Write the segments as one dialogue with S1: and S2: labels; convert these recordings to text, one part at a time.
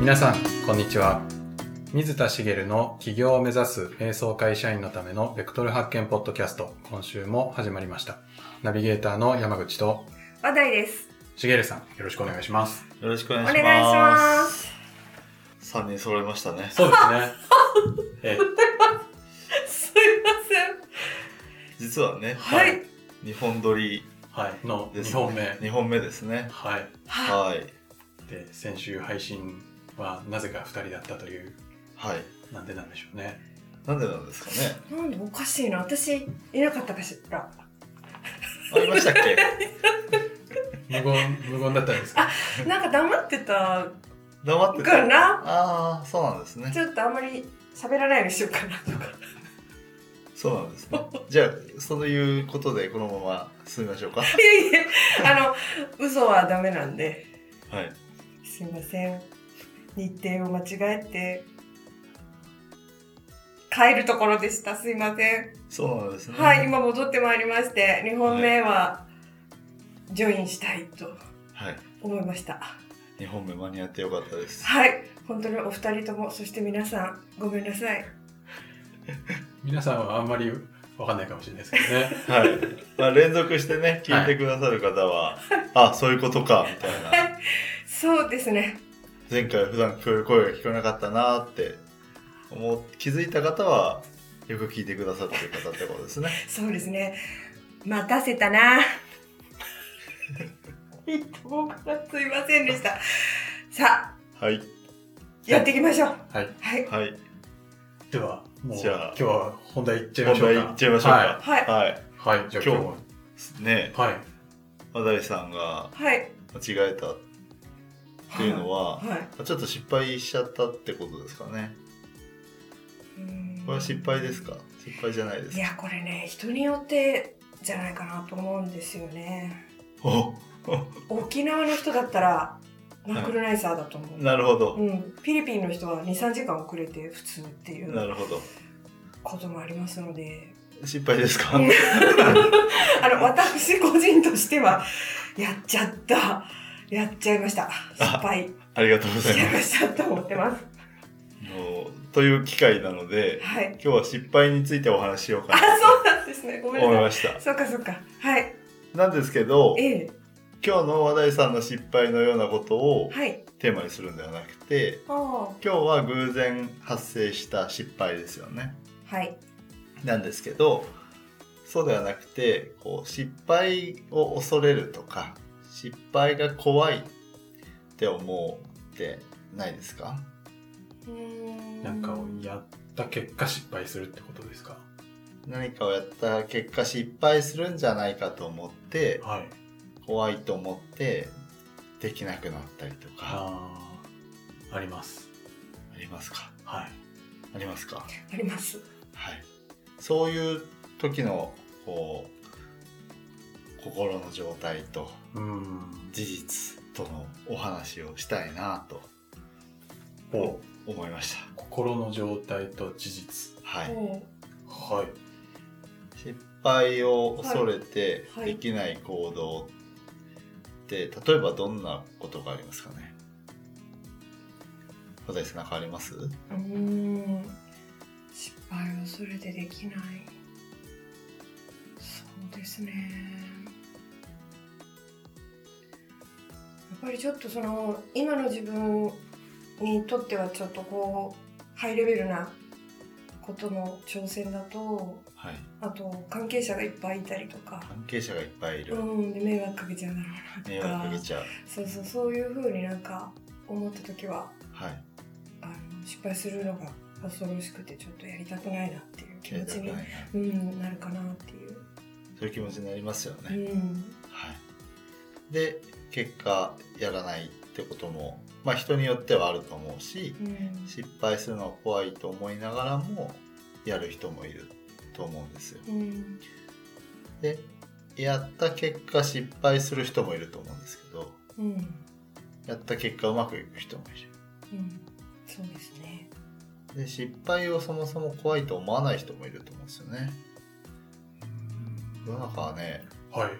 S1: 皆さん、こんにちは。水田茂の起業を目指す瞑想会社員のためのベクトル発見ポッドキャスト、今週も始まりました。ナビゲーターの山口と
S2: 話題です。
S1: 茂さん、よろしくお願いします。
S3: よろしくお願い
S2: お
S3: しま
S2: 願
S3: す。
S2: いします。
S3: 3人揃いましたね。
S1: そうですね。 え
S2: すいま
S3: 実はね、
S2: せん。はい。
S3: 2本撮り
S1: はい、の
S3: です、
S1: 2
S3: ね。
S1: 本目。
S3: 2本目ですね。
S1: はい。
S2: は
S3: はい。
S1: で、先週配信はなぜか2人だったという、
S3: はい。
S1: なんでなんでしょうね。
S3: なんでなんですかね。
S2: い。なんでおかしいな。私、いなかったかし ら。
S3: ありましたっけ
S1: 無 言、無言だったんですか
S2: なんか黙ってた
S3: 黙って
S2: か
S3: た。
S2: な。
S3: ああ、そうなんですね
S2: ち。ょっとあんまり喋らないようにしようかなと か。
S3: そうなんですね。じゃあ、そういうことでこのまま進みましょうか。
S2: いやいや、あの、嘘はダメなんで。
S3: はい。
S2: すいません。日程を間違えて、帰るところでした。すいません。
S3: そうなんですね。
S2: はい、。今戻ってまいりまして、2本目は、ジョインしたいと
S3: はい。
S2: 思いました。
S3: 2本目間に合ってよかったです。
S2: はい、本当にお二人とも、そして皆さん、ごめんなさい。
S1: 皆さんはあんまりわかんないかもしれないですけどね。
S3: はい。まあ、連続してね、聞いてくださる方は、あ、そういうことか、みたいな。
S2: そうですね。
S3: 前回普段聞こえる声が聞こえなかったなーって思う気づいた方はよく聞いてくださってる方ってことで すね
S2: そうですね。待たせたな。 いいと思うからすいませんでした。さあ、
S3: はい
S2: やっていきましょう。
S1: はい。
S2: はい。
S3: はい
S1: では、もう
S3: じゃあ
S1: 今日は本題いっちゃいま
S3: 本
S1: しょう
S3: 題
S1: か。
S3: いっちゃいましょうか
S2: はい。
S3: はい、
S1: はい。はい、じゃあ今日も。
S3: ね
S1: はい。
S3: 和田井さんが
S2: はい。
S3: 間違えたっていうのは、
S2: はい。
S3: ちょっと失敗しちゃったってことですかねこれは失敗ですか失敗じゃないで
S2: い
S3: すか
S2: や、これね、人によってじゃないかなと思うんですよね。
S3: お
S2: 沖縄の人だったら、ナックルナイサーだと思う。
S3: なるほど、
S2: うん、フィリピンの人は23時間遅れて普通ってい
S3: な
S2: う
S3: るほど
S2: こともありますので
S3: 失敗ですか
S2: あの私個人としてはやっちゃったやっちゃいました失敗
S3: ありがとうござい
S2: や
S3: ま
S2: っ
S3: す
S2: ちゃったと思ってます
S3: あのという機会なので
S2: はい
S3: 今日は失敗についてお話ししようか
S2: あ
S3: な
S2: そうなんですねごめん
S3: 思い
S2: な
S3: ました
S2: さいそうかそうかはい
S3: なんですけど
S2: ええ
S3: 今日の話題さんの失敗のようなことを
S2: はい
S3: テーマにするんではなくて
S2: ああ
S3: 今日は偶然発生した失敗ですよね
S2: はい
S3: なんですけどそうではなくてこう失敗を恐れるとか失敗が怖いって思ってないですか
S2: うーん
S1: なんかをやった結果失敗するってことですか
S3: 何かをやった結果失敗するんじゃないかと思って
S1: はい。
S3: 怖いと思ってできなくなったりとか
S1: ああ、あります。
S3: ありますか
S1: はい。
S3: ありますか
S2: あります
S3: はい、そういう時のこう心の状態と
S1: うーん。
S3: 事実とのお話をしたいなと
S1: お
S3: 思いました、
S1: 心の状態と事実。
S3: はい、
S2: おう
S1: はい。
S3: 失敗を恐れて
S2: はいはい
S3: できない行動って例えばどんなことがありますかね小田井さん何かあります
S2: うーん失敗を恐れてできないそうですねやっぱりちょっとその今の自分にとってはちょっとこうハイレベルなことの挑戦だと
S3: はい
S2: あと関係者がいっぱいいたりとか、
S3: 関係者がいっぱいいうる
S2: ん、で迷惑かけちゃうだろ
S3: 迷
S2: うなと
S3: 惑か
S2: か
S3: けちゃう
S2: そうそうそういうふうになんか思った時は
S3: はい
S2: あの失敗するのが恐ろしくてちょっとやりたくないなっていう気
S3: 消え
S2: 持
S3: た
S2: ち
S3: くない
S2: に
S3: な、
S2: うん、なるかなっていう、
S3: そういう気持ちになりますよね、
S2: うん、
S3: はい、で結果やらないってことも、まあ、人によってはあると思うし
S2: うん
S3: 失敗するのは怖いと思いながらもやる人もいると思うんですよ
S2: うん、
S3: でやった結果失敗する人もいると思うんですけど
S2: うん、
S3: やった結果うまくいく人もい
S2: うん、そうですね。
S3: るで失敗をそもそも怖いと思わない人もいると思うんですよね世の中はね
S1: はい。
S3: いる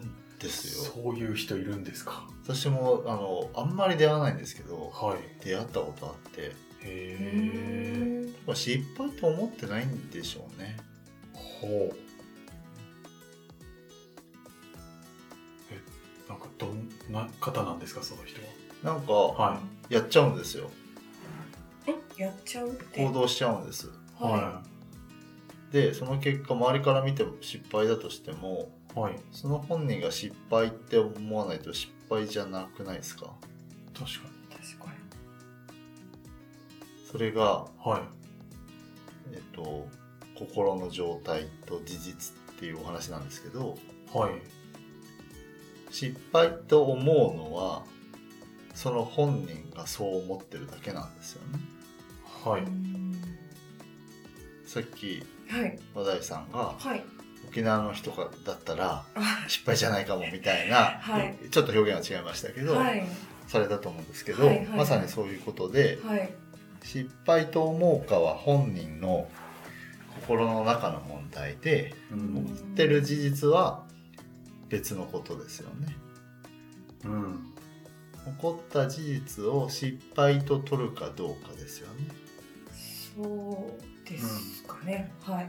S3: んですよ
S1: そういう人いるんですか
S3: 私もあのあんまり出会わないんですけど
S1: はい
S3: 出会ったことあって
S1: へえ
S2: ーん
S3: まあ失敗と思ってないんでしょうね
S1: ほうえなんかどんな方なんですかその人
S3: なんか、
S1: はは
S3: やっちゃうんですよ
S2: えやっちゃうって
S3: 行動しちゃうんです
S1: いは
S3: でその結果周りから見ても失敗だとしても
S1: いはい
S3: その本人が失敗って思わないと失敗じゃなくないですか
S1: 確かに
S2: 確かに
S3: それが、
S1: はい
S3: えっと、心の状態と事実っていうお話なんですけど
S1: はい
S3: 失敗と思うのはその本人がそう思ってるだけなんですよね
S1: はいう
S2: ーん
S3: さっき
S2: はい
S3: 話題さんが
S2: はい
S3: 沖縄の人がだったら
S2: あ
S3: 失敗じゃないかもみたいな、
S2: はい
S3: ちょっと表現は違いましたけど、
S2: はい
S3: されたと思うんですけど、
S2: はいはいはい
S3: まさにそういうことで
S2: はい
S3: 失敗と思うかは本人の心の中の問題で
S1: う
S3: 思
S1: ん
S3: ってる事実は別のことですよね。
S1: うん
S3: 起こった事実を失敗と取るかどうかですよね。
S2: そうですかね、はい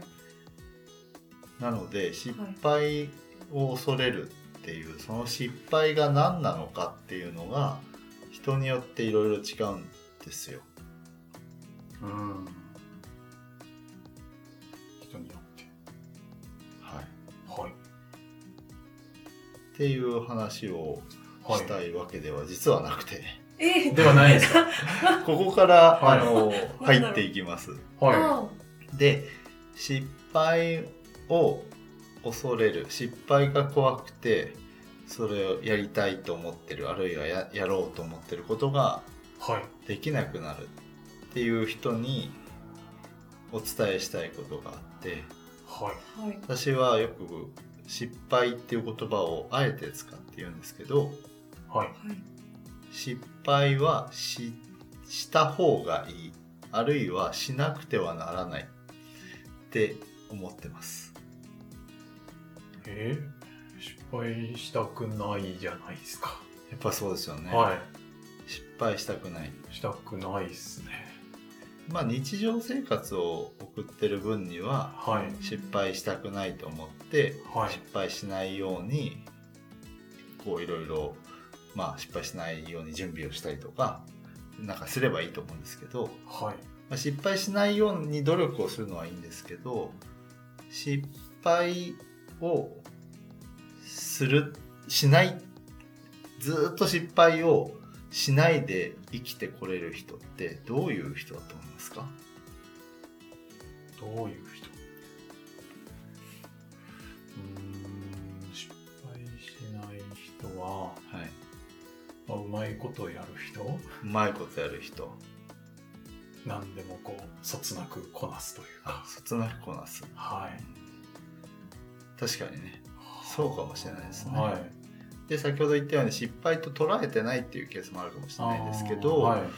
S3: なので失敗を恐れるっていうその失敗が何なのかっていうのが人によっていろいろ違うんですよ。
S1: うん人によって
S3: はい、
S1: はい
S3: っていう話を
S1: は
S3: したいわけでは実はなくて、
S2: え
S1: いではないですか
S3: ここから、
S1: はい
S3: あの
S2: なんだろう
S3: 入っていきます。
S1: は
S2: あ
S3: で失敗を恐れる失敗が怖くてそれをやりたいと思ってるあるいはややろうと思ってることが
S1: いはい
S3: できなくなるっていう人にお伝えしたいことがあって
S1: はい
S2: はい
S3: 私はよく失敗っていう言葉をあえて使って言うんですけど
S1: はい
S2: はい
S3: 失敗はしした方がいいあるいはしなくてはならないって思ってます
S1: えー失敗したくないじゃないですか、
S3: やっぱそうですよね、
S1: は
S3: 失敗したくない
S1: いしたくないですね
S3: まあ日常生活を送ってる分には
S1: はい
S3: 失敗したくないと思って
S1: はい
S3: 失敗しないようにこういろいろまあ失敗しないように準備をしたりとかなんかすればいいと思うんですけど、
S1: はい
S3: まあ、失敗しないように努力をするのはいいんですけど失敗をするしないずーっと失敗をしないで生きてこれる人ってどういう人だと思いますか
S1: どういう人うーん失敗しない人は、
S3: はい、
S1: まあ、うまいことやる人
S3: うまいことやる人
S1: 何でもこうそつなくこなすという
S3: あ
S1: か
S3: そつなくこなす
S1: はい
S3: 確かにねそうかもしれないですね
S1: はい、
S3: で先ほど言ったように失敗と捉えてないっていうケースもあるかもしれないですけど、
S1: あーはい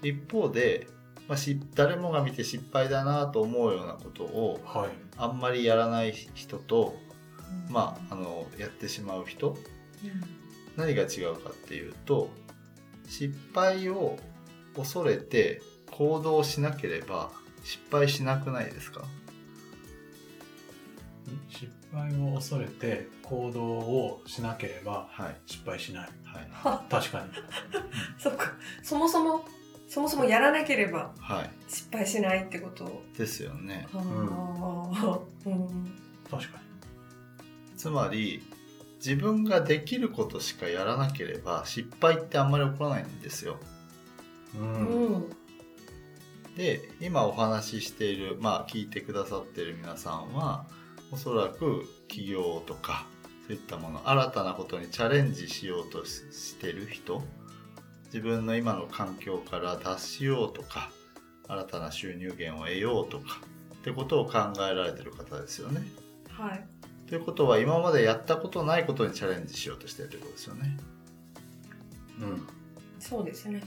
S3: 一方で、まあ、し誰もが見て失敗だなと思うようなことを
S1: はい
S3: あんまりやらない人と、
S2: うん
S3: まあ、あのやってしまう人
S2: うん
S3: 何が違うかっていうと失敗を恐れて行動しなければ失敗しなくないですか
S1: 失敗を恐れて行動をしなければ
S3: はい、
S1: 失敗しない
S3: はい、
S1: 確かに
S2: そっかそもそもそもそもやらなければ
S3: は
S2: 失敗しないってこと
S3: い、ですよね。
S2: あーうん
S1: 確か
S3: つまり自分ができることしかやらなければ失敗ってあんまり起こらないんですよ。
S1: にう、
S2: うんん
S3: で今お話ししているまあ聞いてくださっている皆さんはおそらく起業とかそういったもの新たなことにチャレンジしようとししてる人自分の今の環境から脱しようとか新たな収入源を得ようとかってことを考えられてる方ですよね。
S2: はい
S3: ということは今までやったことないことにチャレンジしようとしてるということですよね。
S1: うん
S2: そうですね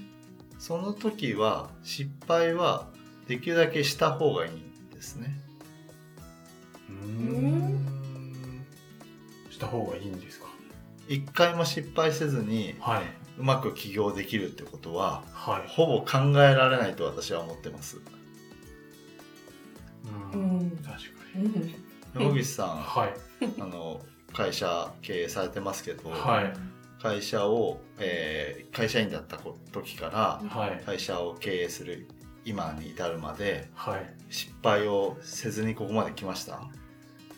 S3: その時は失敗はできるだけした方がいいんですね。
S1: うーんした方がいいんですか
S3: 一回も失敗せずに
S1: はい。
S3: うまく起業できるってことは
S1: はい。
S3: ほぼ考えられないと私は思ってます
S1: う。
S2: うんん
S1: 確かに。
S2: うん
S3: 山口さ
S1: はい。
S3: んあの会社経営されてますけど、
S1: はい。
S3: 会社を、えー会社員だった時から
S1: はい。
S3: 会社を経営する今に至るまで
S1: はい。
S3: 失敗をせずにここまで来ました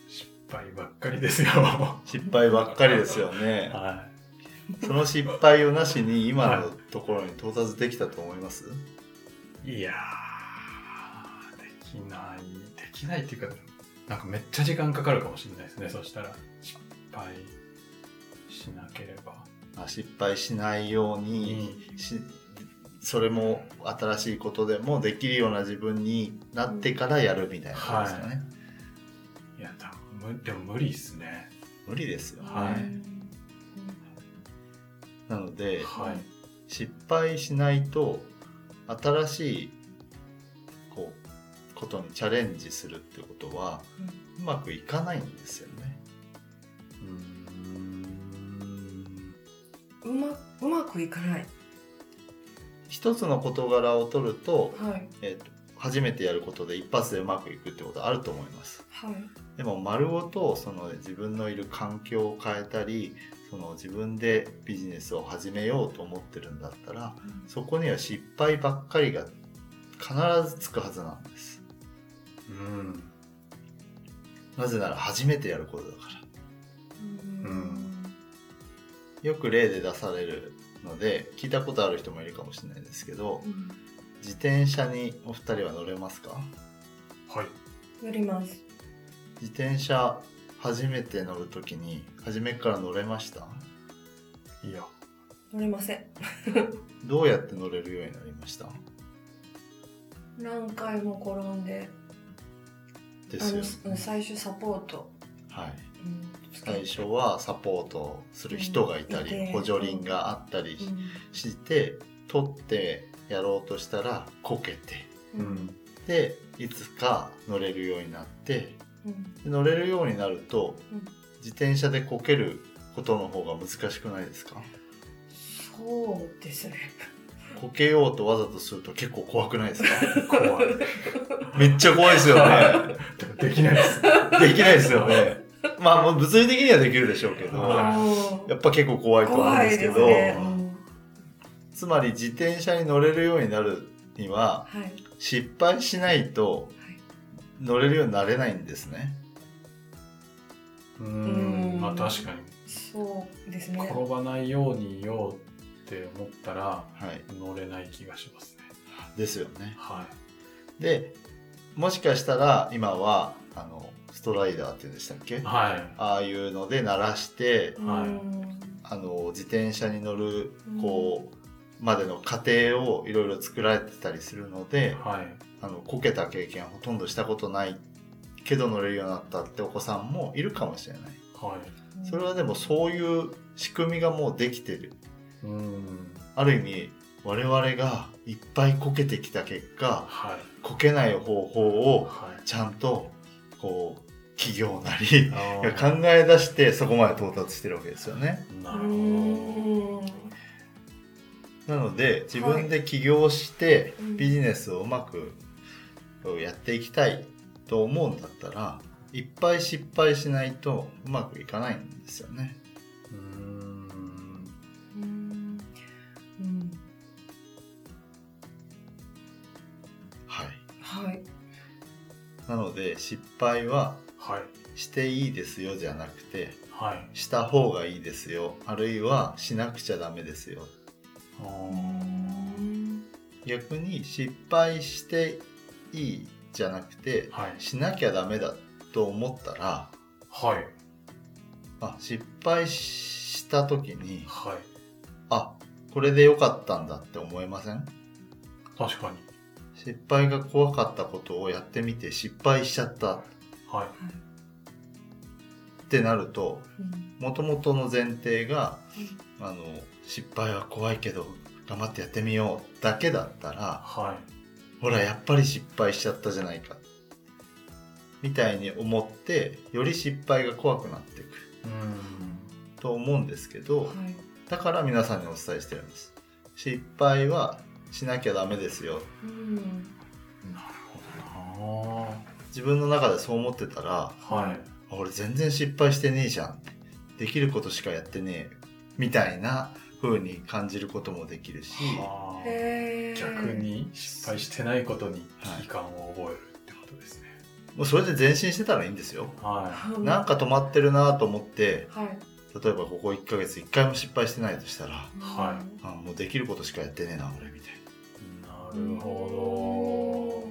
S1: 失敗ばっかりですよ。 は
S3: 失敗ばっかりですよ
S1: い。
S3: ね
S1: あ
S3: その失敗をなしに今のところに到達できたと思います、
S1: いやー、できない、できないっていうか、なんかめっちゃ時間かかるかもしれないですね、そしたら。失敗しなければ。
S3: まあ失敗しないように、しそれも新しいことでもできるような自分になってからやるみたいなことですかね、
S1: いや、多分むでも無理っすね。
S3: 無理ですよね、
S1: はい
S3: なので
S1: はい。
S3: 失敗しないと新しいこうことにチャレンジするってことはうまくいかないんですよね
S1: うーん。
S2: うまうまくいかない
S3: 一つの事柄を取ると,、
S2: はい
S3: えーと初めてやることで一発でうまくいくってことはあると思います
S2: はい
S3: でも丸ごとその自分のいる環境を変えたりその自分でビジネスを始めようと思ってるんだったらそこには失敗ばっかりが必ずつくはずなんです
S1: うん。
S3: なぜなら初めてやることだから
S2: うん
S3: よく例で出されるので聞いたことある人もいるかもしれないですけど
S2: うん
S3: 自転車にお二人は乗れますか
S1: はい。
S2: やります
S3: 自転車初めて乗るときに初めから乗れました
S1: いや、
S2: 乗れません
S3: どうやって乗れるようになりました
S2: 何回も転んで
S3: で
S2: あ
S3: すよね
S2: のうん最初サポート、
S3: はい
S2: うんつけ
S3: 最初はサポートする人がいたり、
S2: うんいて
S3: 補助輪があったりして、取ってやろうとしたらこけて
S2: うんうん
S3: でいつか乗れるようになって
S2: うん
S3: で乗れるようになると、
S2: うん
S3: 自転車でこけることの方が難しくないですか
S2: そうですね
S3: こけようとわざとすると結構怖くないですか
S1: 怖い。
S3: めっちゃ怖いです よね
S1: でもできないです。
S3: できないですよねまあもう物理的にはできるでしょうけど
S1: は
S3: やっぱ結構怖いと思うん
S2: 怖
S3: で
S2: い
S3: すけ
S2: です
S3: ど
S2: ね、うん
S3: つまり自転車に乗れるようになるには
S2: はいはい
S3: 失敗しないと乗れるようになれないんですね
S1: うーん。まあ確かに。
S2: そうですね
S1: 転ばないようにようって思ったら、
S3: はい
S1: 乗れない気がしますね。
S3: ですよね
S1: は
S3: でもしかしたら今はあのストライダーって言うんでしたっけ
S1: い。はい。
S3: ああいうので鳴らして
S1: はい
S2: うん
S3: あの自転車に乗る
S2: うん
S3: こうまでの過程をいろいろ作られてたりするので
S1: はい。
S3: あのこけた経験ほとんどしたことないけど乗れるようになったってお子さんもいるかもしれない
S1: はい。
S3: それはでもそういう仕組みがもうできてる
S1: うーん。
S3: ある意味我々がいっぱいこけてきた結果
S1: はい。
S3: こけない方法を
S1: はい。
S3: ちゃんとこう企業なり
S1: あ
S3: いや
S1: ー
S3: 考え出してそこまで到達してるわけですよね
S1: な
S2: う
S1: るほ
S2: ん
S3: なので自分で起業して
S2: うん
S3: ビジネスをうまくやっていきたいと思うんだったらいっぱい失敗しないとうまくいかないんですよね
S1: ど。うーん。
S2: うんうん
S3: はい
S2: はい
S3: なので失敗は
S1: はい。
S3: していいですよじゃなくて
S1: はい。
S3: した方がいいですよあるいはしなくちゃダメですよ
S1: あ
S2: う
S1: ー
S2: ん
S3: 逆に失敗していいじゃなくて
S1: はい。
S3: しなきゃダメだと思ったら
S1: はい。
S3: あ失敗した時に
S1: はい。
S3: あこれで良かったんだって思えません
S1: 確かに。
S3: 失敗が怖かったことをやってみて失敗しちゃったっ
S1: はい。
S3: てなると
S2: うん
S3: もともとの前提が
S2: うん
S3: あの失敗は怖いけど頑張ってやってみようだけだったら
S1: は
S3: ほらやっぱり失敗しちゃったじゃないかみたいに思ってより失敗が怖くなってい
S1: い。う
S3: く
S1: ーん。
S3: と思うんですけ
S2: は
S3: ど、
S2: い
S3: だから皆さんにお伝えしてるんです失敗はしなきゃダメですよ
S2: うん
S1: あ
S3: 自分の中でそう思ってたら
S1: あ。はい。
S3: あ俺全然失敗してねえじゃんできることしかやってねえみたいな風に感じることもできるし、
S1: あー
S2: へー
S1: 逆に失敗してないことに危機感を覚えるってことですね。
S3: もうそれで前進してたらいいんですよ
S1: は
S2: うん
S3: なんか止まってるなと思って
S2: はい
S3: 例えばここ1ヶ月1回も失敗してないとしたら
S1: は
S3: あもうできることしかやってねえな俺みたい
S1: い。なるほ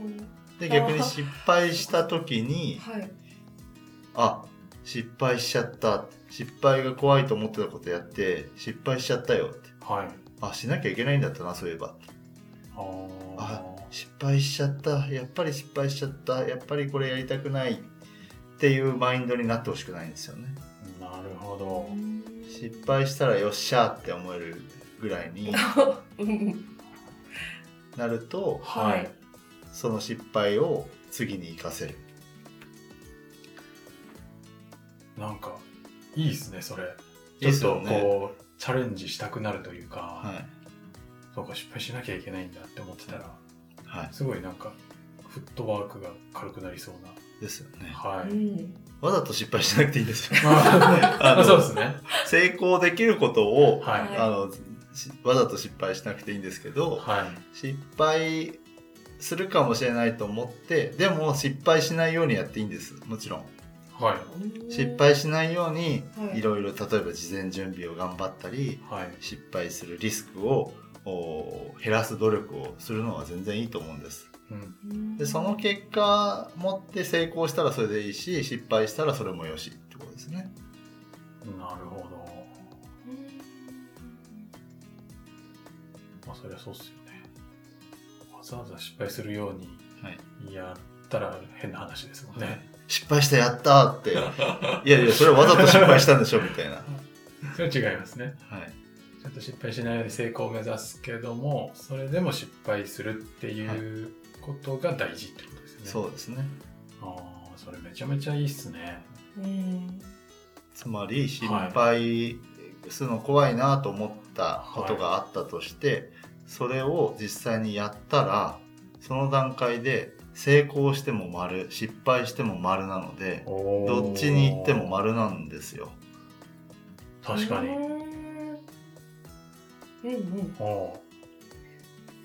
S3: なで逆に失敗した時に
S2: はい
S3: あ失敗しちゃった失敗が怖いと思ってたことやって失敗しちゃったよって
S1: ど。はい。
S3: あしなきゃいけないんだったなそういえば
S1: ああ
S3: あ。失敗しちゃったやっぱり失敗しちゃったやっぱりこれやりたくないっていうマインドになってほしくないんですよね
S1: なるほど。
S3: 失敗したらよっしゃーって思えるぐらいに
S2: うん
S3: なると
S2: はい
S3: その失敗を次に生かせる
S1: なんかいいですねそれ。
S3: いいっす
S1: ちょ
S3: よ
S1: っと
S3: ね
S1: こうチャレンジしたくなるというか、
S3: はい
S1: そうか失敗しなきゃいけないんだって思ってたら
S3: は
S1: すごいなんかフットワークが軽くなりそうな。
S3: いですよね
S1: は
S2: う
S1: い。
S2: ん
S3: わざと失敗しなくていいですよ
S1: ま
S3: あ
S1: あ
S3: の
S1: そうですね。
S3: 成功できることを
S1: はい。
S2: はい
S3: あのしわざと失敗しなくていいんですけど、
S1: はい。
S3: 失敗するかもしれないと思ってでも失敗しないようにやっていいんですもちろん
S1: はい。
S3: 失敗しないように
S2: はい
S3: いろいろ例えば事前準備を頑張ったり
S1: はい。
S3: 失敗するリスクをお減らす努力をするのは全然いいと思うんです
S1: うん。
S2: うん
S3: でその結果持って成功したらそれでいいし失敗したらそれもよしってことですね
S1: なるほど。まあそりゃそうっすよね。わざわざ失敗するように
S3: はい
S1: やったら変な話ですもんね。
S3: 失敗したやったーって いやいやそれはわざと失敗したんでしょみたいな、
S1: それは違いますね。
S3: はい、
S1: ちゃんと失敗しないように成功を目指すけどもそれでも失敗するっていうことが大事ってことですよね。
S3: そうですね
S1: ああそれめちゃめちゃいいっすね。
S2: うん
S3: つまり失敗するの怖いなと思ったことがあったとして、それを実際にやったらその段階で成功しても丸失敗しても丸なのでどっちに行っても丸なんですよ
S1: 確か
S2: う
S1: に。
S2: んうん
S1: おお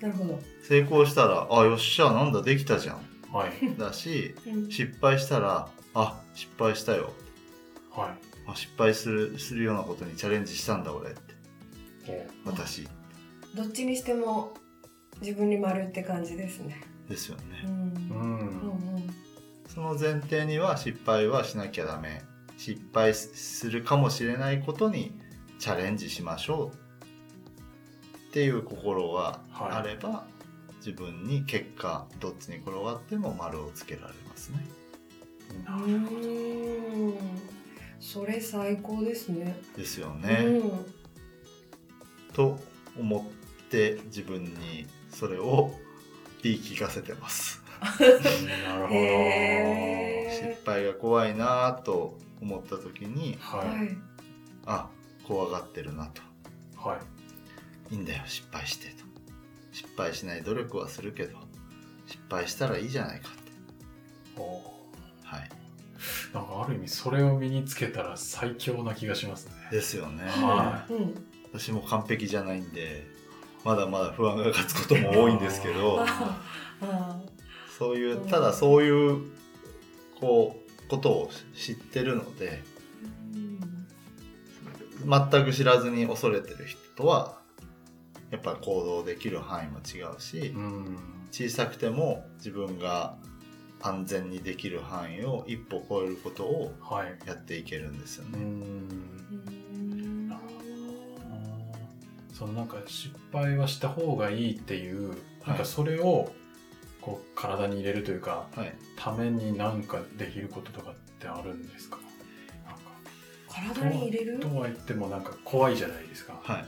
S2: なるほど
S3: 成功したらあよっしゃなんだできたじゃん
S1: ーはい
S3: だし
S2: うん
S3: 失敗したらあ失敗したよ
S1: は
S3: あ失敗するするようなことにチャレンジしたんだ俺って
S1: い。おー
S3: 私
S2: どっちにしても自分に丸って感じですね
S3: ですよね
S2: うん
S1: う
S2: うん
S1: ん。
S2: うん
S3: その前提には失敗はしなきゃダメ失敗するかもしれないことにチャレンジしましょうっていう心が
S1: はい
S3: あれば、自分に結果どっちに転がっても丸をつけられますね
S2: う
S1: なる
S2: ーんそれ最高ですね。
S3: ですよね、
S2: うん、
S3: と思って自分にそれを言い聞かせてます
S1: ほど。
S2: へ
S3: 失
S2: ー
S3: 敗が怖いなぁと思った時に
S1: はい
S3: あ怖がってるなと
S1: はい
S3: いいんだよ失敗してと失敗しない努力はするけど失敗したらいいじゃないかって
S1: おお
S3: はい
S1: ー。なんかある意味それを身につけたら最強な気がしますね。
S3: ですよね
S1: は
S2: はい。うん。
S3: 私も完璧じゃないんでまだまだ不安が勝つことも多いんですけど
S2: ああ
S3: そういうただそういうこうことを知ってるので
S2: うん
S3: 全く知らずに恐れてる人とはやっぱ行動できる範囲も違うし
S1: うん。
S3: 小さくても自分が安全にできる範囲を一歩超えることを
S1: はい。
S3: やっていけるんですよ
S1: うん。
S3: ね。
S2: うん
S1: そのなんか失敗はした方がいいっていう、なん
S3: は
S1: か
S3: い
S1: それをこう体に入れるというか
S3: はい、
S1: ためになんかできることとかってあるんですかなんか
S2: 体に入れる。
S1: とは言ってもなんか怖いじゃないですか、
S3: はい、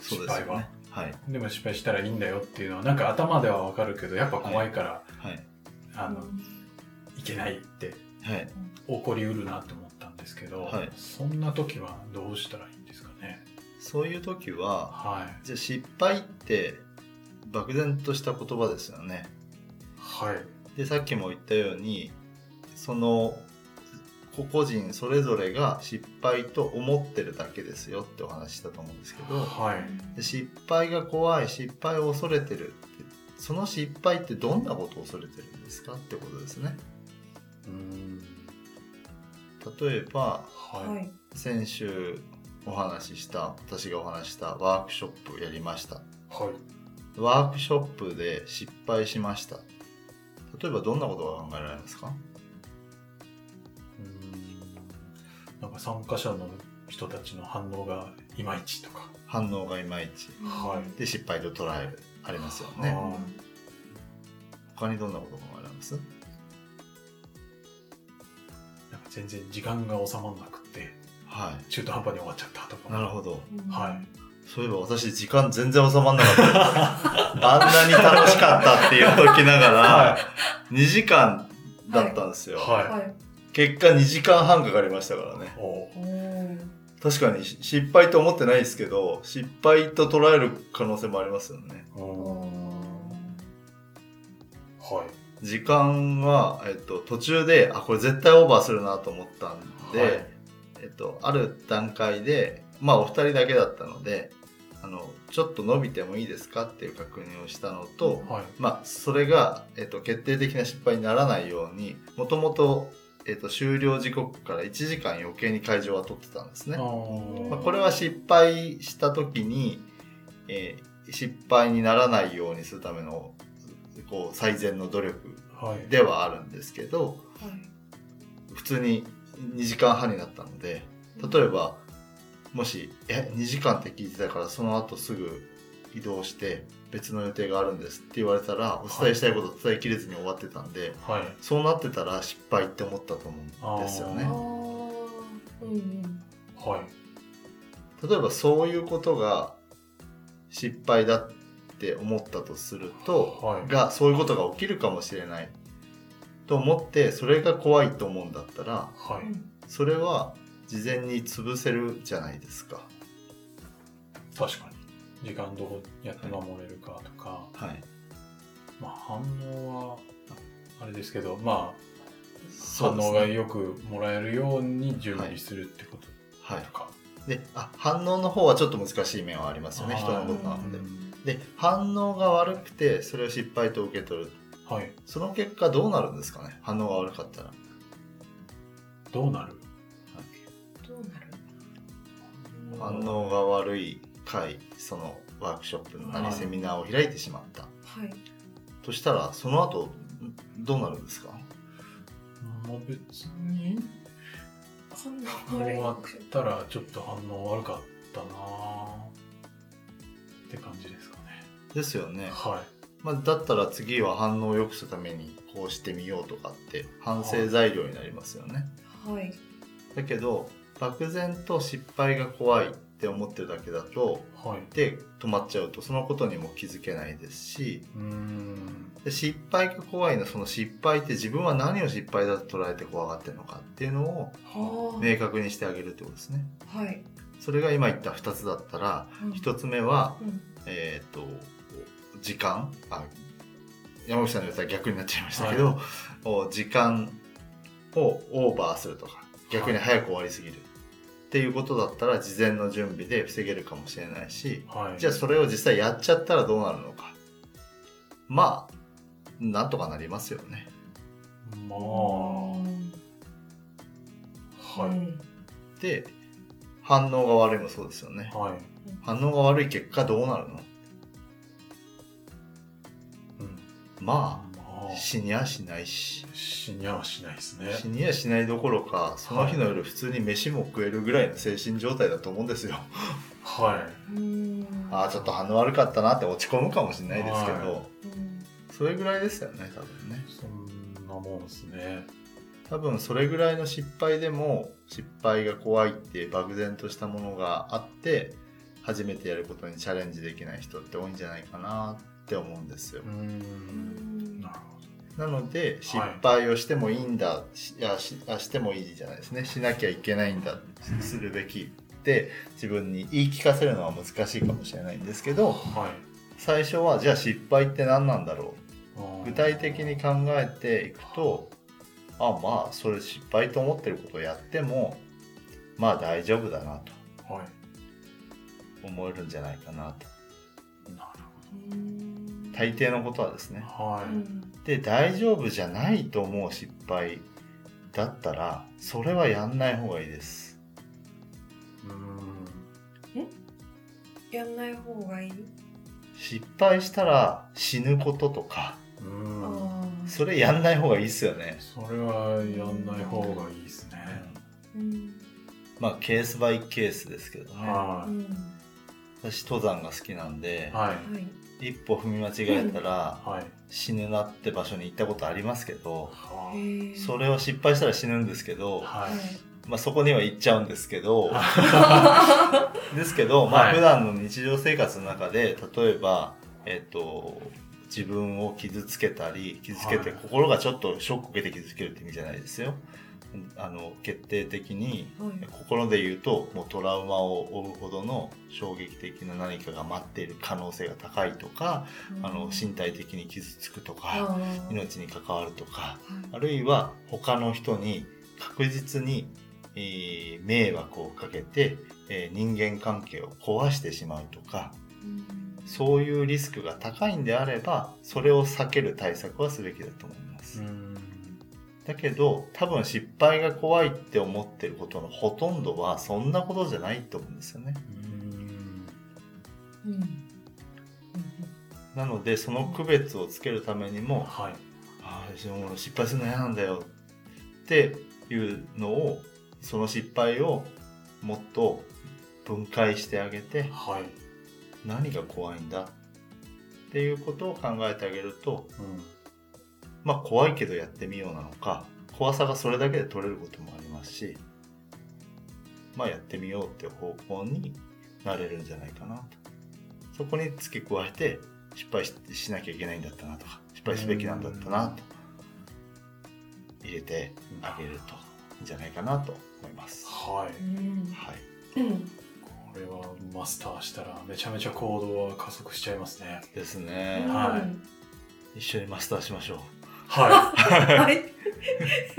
S3: そ
S1: 失
S3: うです
S1: 敗
S3: よ
S1: は
S3: ね。はい、
S1: でも失敗したらいいんだよっていうのはなんか頭ではわかるけどやっぱ怖いから、
S3: はい、
S1: あのいけないって
S3: はい、
S1: 起こりうるなって思ったんでですけど、
S3: はい
S1: そんな時はどうしたらいいんですかね
S3: そういう時は
S1: はい
S3: じゃあ失敗って漠然とした言葉ですよね
S1: はい
S3: でさっきも言ったようにその個々人それぞれが失敗と思ってるだけですよってお話ししたと思うんですけど
S1: はい
S3: で失敗が怖い失敗を恐れてるってその失敗ってどんなことを恐れてるんですかってことですね
S1: うん
S3: 例えば
S1: はい、
S2: はい。
S3: 先週お話しした私がお話ししたワークショップやりました
S1: はい
S3: ワークショップで失敗しました例えばどんなことが考えられますか
S1: うんなんか参加者の人たちの反応がいまいちとか
S3: 反応がいまいち
S1: は
S3: で失敗と捉えるありますよ
S1: あ
S3: ね
S1: ー
S3: 他にどんなことが考えられます
S1: なんか全然時間が収まらなくて
S3: は
S1: 中途半端に終わっちゃったとか
S3: いなるほど
S2: うん
S1: は
S3: そういえば私時間全然収まんなかった あんなに楽しかったって言っときながら、
S1: は
S3: 2時間だったんですよ、
S1: はい、
S2: はい。
S3: 結果2時間半かかりましたからね
S1: おー
S2: おー
S3: 確かに失敗と思ってないですけど失敗と捉える可能性もありますよね
S1: お
S2: お
S1: ーはい
S3: 時間は、えっと、途中であこれ絶対オーバーするなと思ったんで、
S1: はい
S3: えっと、ある段階でまあお二人だけだったのであのちょっと伸びてもいいですかっていう確認をしたのと、
S1: はい
S3: まあ、それが、えっと、決定的な失敗にならないようにもともと、えっと、終了時刻から1時間余計に会場は取ってたんですね。
S1: ー
S3: まあ、これは失敗した時に、えー失敗にならないようにするためのこう最善の努力
S1: はい
S3: ではあるんですけど
S2: ーはい
S3: 普通に2時間半になったので例えばもし「え2時間って聞いてたからその後すぐ移動して別の予定があるんです」って言われたらお伝えしたいこと伝えきれずに終わってたんで、
S1: はい
S3: そうなってたら失敗って思ったと思うんですよ
S2: あ
S3: ね。
S2: ーうんうん
S1: はい
S3: 例えばそういうことが失敗だって思ったとすると、
S1: はい
S3: がそういうことが起きるかもしれないと思ってそれが怖いと思うんだったら
S1: は
S2: う
S1: い
S2: ん
S3: それは事前に潰せるじゃないですか。
S1: 確かに時間どうやって守れるかとか、
S3: はい、
S1: まあ反応はあれですけどまあ
S3: そ
S1: 反
S3: うです
S1: 応
S3: ね
S1: がよくもらえるように準備するってこと
S3: はい
S1: と、か、
S3: であ反応の方はちょっと難しい面はありますよね
S1: あー
S3: 人のことな
S2: は
S3: の
S2: い
S3: で。
S1: うん
S3: で反応が悪くてそれを失敗と受け取る
S1: はい
S3: その結果どうなるんですかね反応が悪かったら。
S1: どうなる
S2: どうなる
S3: 反応が悪い回そのワークショップなりセミナーを開いてしまった
S2: はい
S3: としたらその後どうなるんですか
S1: もう別に
S2: 反応悪い
S1: 終わったらちょっと反応悪かったなあって感じですかね
S3: ですよね、
S1: は
S3: まあ、だったら次は反応を良くするためにこうしてみようとかって反省材料になりますよね
S2: はい
S3: だけど漠然と失敗が怖いって思ってるだけだと
S1: いはい
S3: で止まっちゃうとそのことにも気づけないですし
S1: うーん
S3: で失敗が怖いのその失敗って自分は何を失敗だと捉えて怖がってるのかっていうのを
S2: あー
S3: 明確にしてあげるってことですね
S2: はい
S3: それが今言った2つだったら
S2: うん
S3: 1つ目は
S2: うん
S3: えっ、と時間あ山口さんの言ったら逆になっちゃいましたけど、お時間をオーバーするとか逆に早く終わりすぎる、っていうことだったら事前の準備で防げるかもしれないし
S1: はい
S3: じゃあそれを実際やっちゃったらどうなるのかまあなんとかなりますよね
S1: まあ
S2: うん
S1: は
S2: う
S1: い
S2: ん
S3: で反応が悪いもそうですよね
S1: はい
S3: 反応が悪い結果どうなるの
S1: うん
S3: まあ
S1: まあ
S3: 死にはしないし
S1: 死にはしないですね
S3: 死にはしないどころかその日の夜普通に飯も食えるぐらいの精神状態だと思うんですよ
S1: は
S2: うん
S3: ああちょっと反応悪かったなって落ち込むかもしれないですけど、
S1: は
S2: うん
S3: それぐらいですよね多分ね
S1: いそんなもんですね
S3: 多分それぐらいの失敗でも失敗が怖いって漠然としたものがあって初めてやることにチャレンジできない人って多いんじゃないかなって思うんですよ
S1: うーん
S2: うん
S1: なるほど
S3: なので失敗をしてもいいんだ、しいやしあしてもいいじゃないですねしなきゃいけないんだしするべきって自分に言い聞かせるのは難しいかもしれないんですけど
S1: はい
S3: 最初はじゃあ失敗って何なんだろ
S1: あー
S3: う具体的に考えていくとあまあそれ失敗と思ってることをやってもまあ大丈夫だなと
S1: はい
S3: 思えるんじゃないかなと
S1: なるほ
S2: うん
S3: 大抵のことはですね
S1: どは
S2: う
S1: い、
S2: ん
S3: で大丈夫じゃないと思う失敗だったらそれはやんない方がいいです
S1: うーん
S2: やんない方がいい、
S3: 失敗したら死ぬこととか
S1: うーん
S2: ああ
S3: それやんない方がいいですよね、
S1: それはやんない方がいいですね、
S2: うん
S3: まあケースバイケースですけどね
S2: う
S1: は
S2: ん
S3: 私登山が好きなんで
S1: い、はい
S2: はい
S3: 一歩踏み間違えたら
S1: はい
S3: 死ぬなって場所に行ったことありますけど
S1: は
S2: へー
S3: それを失敗したら死ぬんですけど、
S1: はい
S3: まあ、そこには行っちゃうんですけど
S2: は
S3: ですけど、ま
S1: は
S3: あ
S1: い
S3: 普段の日常生活の中で例えば、えっと自分を傷つけたり傷つけて、
S1: はい
S3: 心がちょっとショックを受けて傷つけるって意味じゃないですよ。あの決定的に
S2: いはい
S3: 心で言うともうトラウマを負うほどの衝撃的な何かが待っている可能性が高いとか、あの身体的に傷つくとか、
S2: あー
S3: 命に関わるとか
S2: は
S3: あるいは他の人に確実に、えー迷惑をかけて、えー人間関係を壊してしまうとか
S2: いうん
S3: そういうリスクが高いんであればそれを避ける対策はすべきだと思いま
S1: う
S3: す、
S1: ーん
S3: だけど多分失敗が怖いって思ってることのほとんどはそんなことじゃないと思うんですよね
S1: うーん
S2: うんうん
S3: なのでその区別をつけるためにも
S1: はい
S3: ああ、俺失敗するの嫌なんだよっていうのを、その失敗をもっと分解してあげて、
S1: はい
S3: 何が怖いんだっていうことを考えてあげると、
S1: うん
S3: まあ怖いけどやってみようなのか、怖さがそれだけで取れることもありますし、まあやってみようって方向になれるんじゃないかなと。そこに付け加えて、失敗ししなきゃいけないんだったなとか、失敗すべきなんだったなと、入れてあげるといいんじゃないかなと思います。
S1: はい
S2: うん
S3: はい。
S2: うん
S1: これはマスターしたらめちゃめちゃ行動は加速しちゃいますね
S3: です
S2: う
S3: ね
S2: ん。
S1: はい
S3: 一緒にマスターしましょ
S1: は
S2: はい
S1: い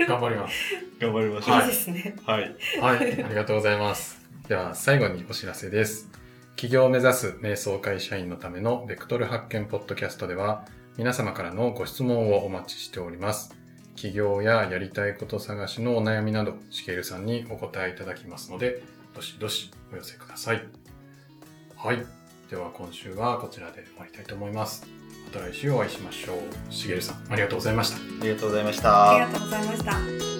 S1: 頑張ります
S3: う。頑張りましょう。
S2: い
S1: はい
S2: ですね
S3: はい。
S1: はい、ありがとうございます。では、最後にお知らせです。企業を目指す瞑想会社員のためのベクトル発見ポッドキャストでは、皆様からのご質問をお待ちしております。企業ややりたいこと探しのお悩みなど、しげるさんにお答えいただきますので、どしどしお寄せください。はい。では今週はこちらで終わりたいと思います。また来週お会いしましょう。しげるさん、ありがとうございました。
S3: ありがとうございまし
S2: あ
S3: た
S2: り。がとうございました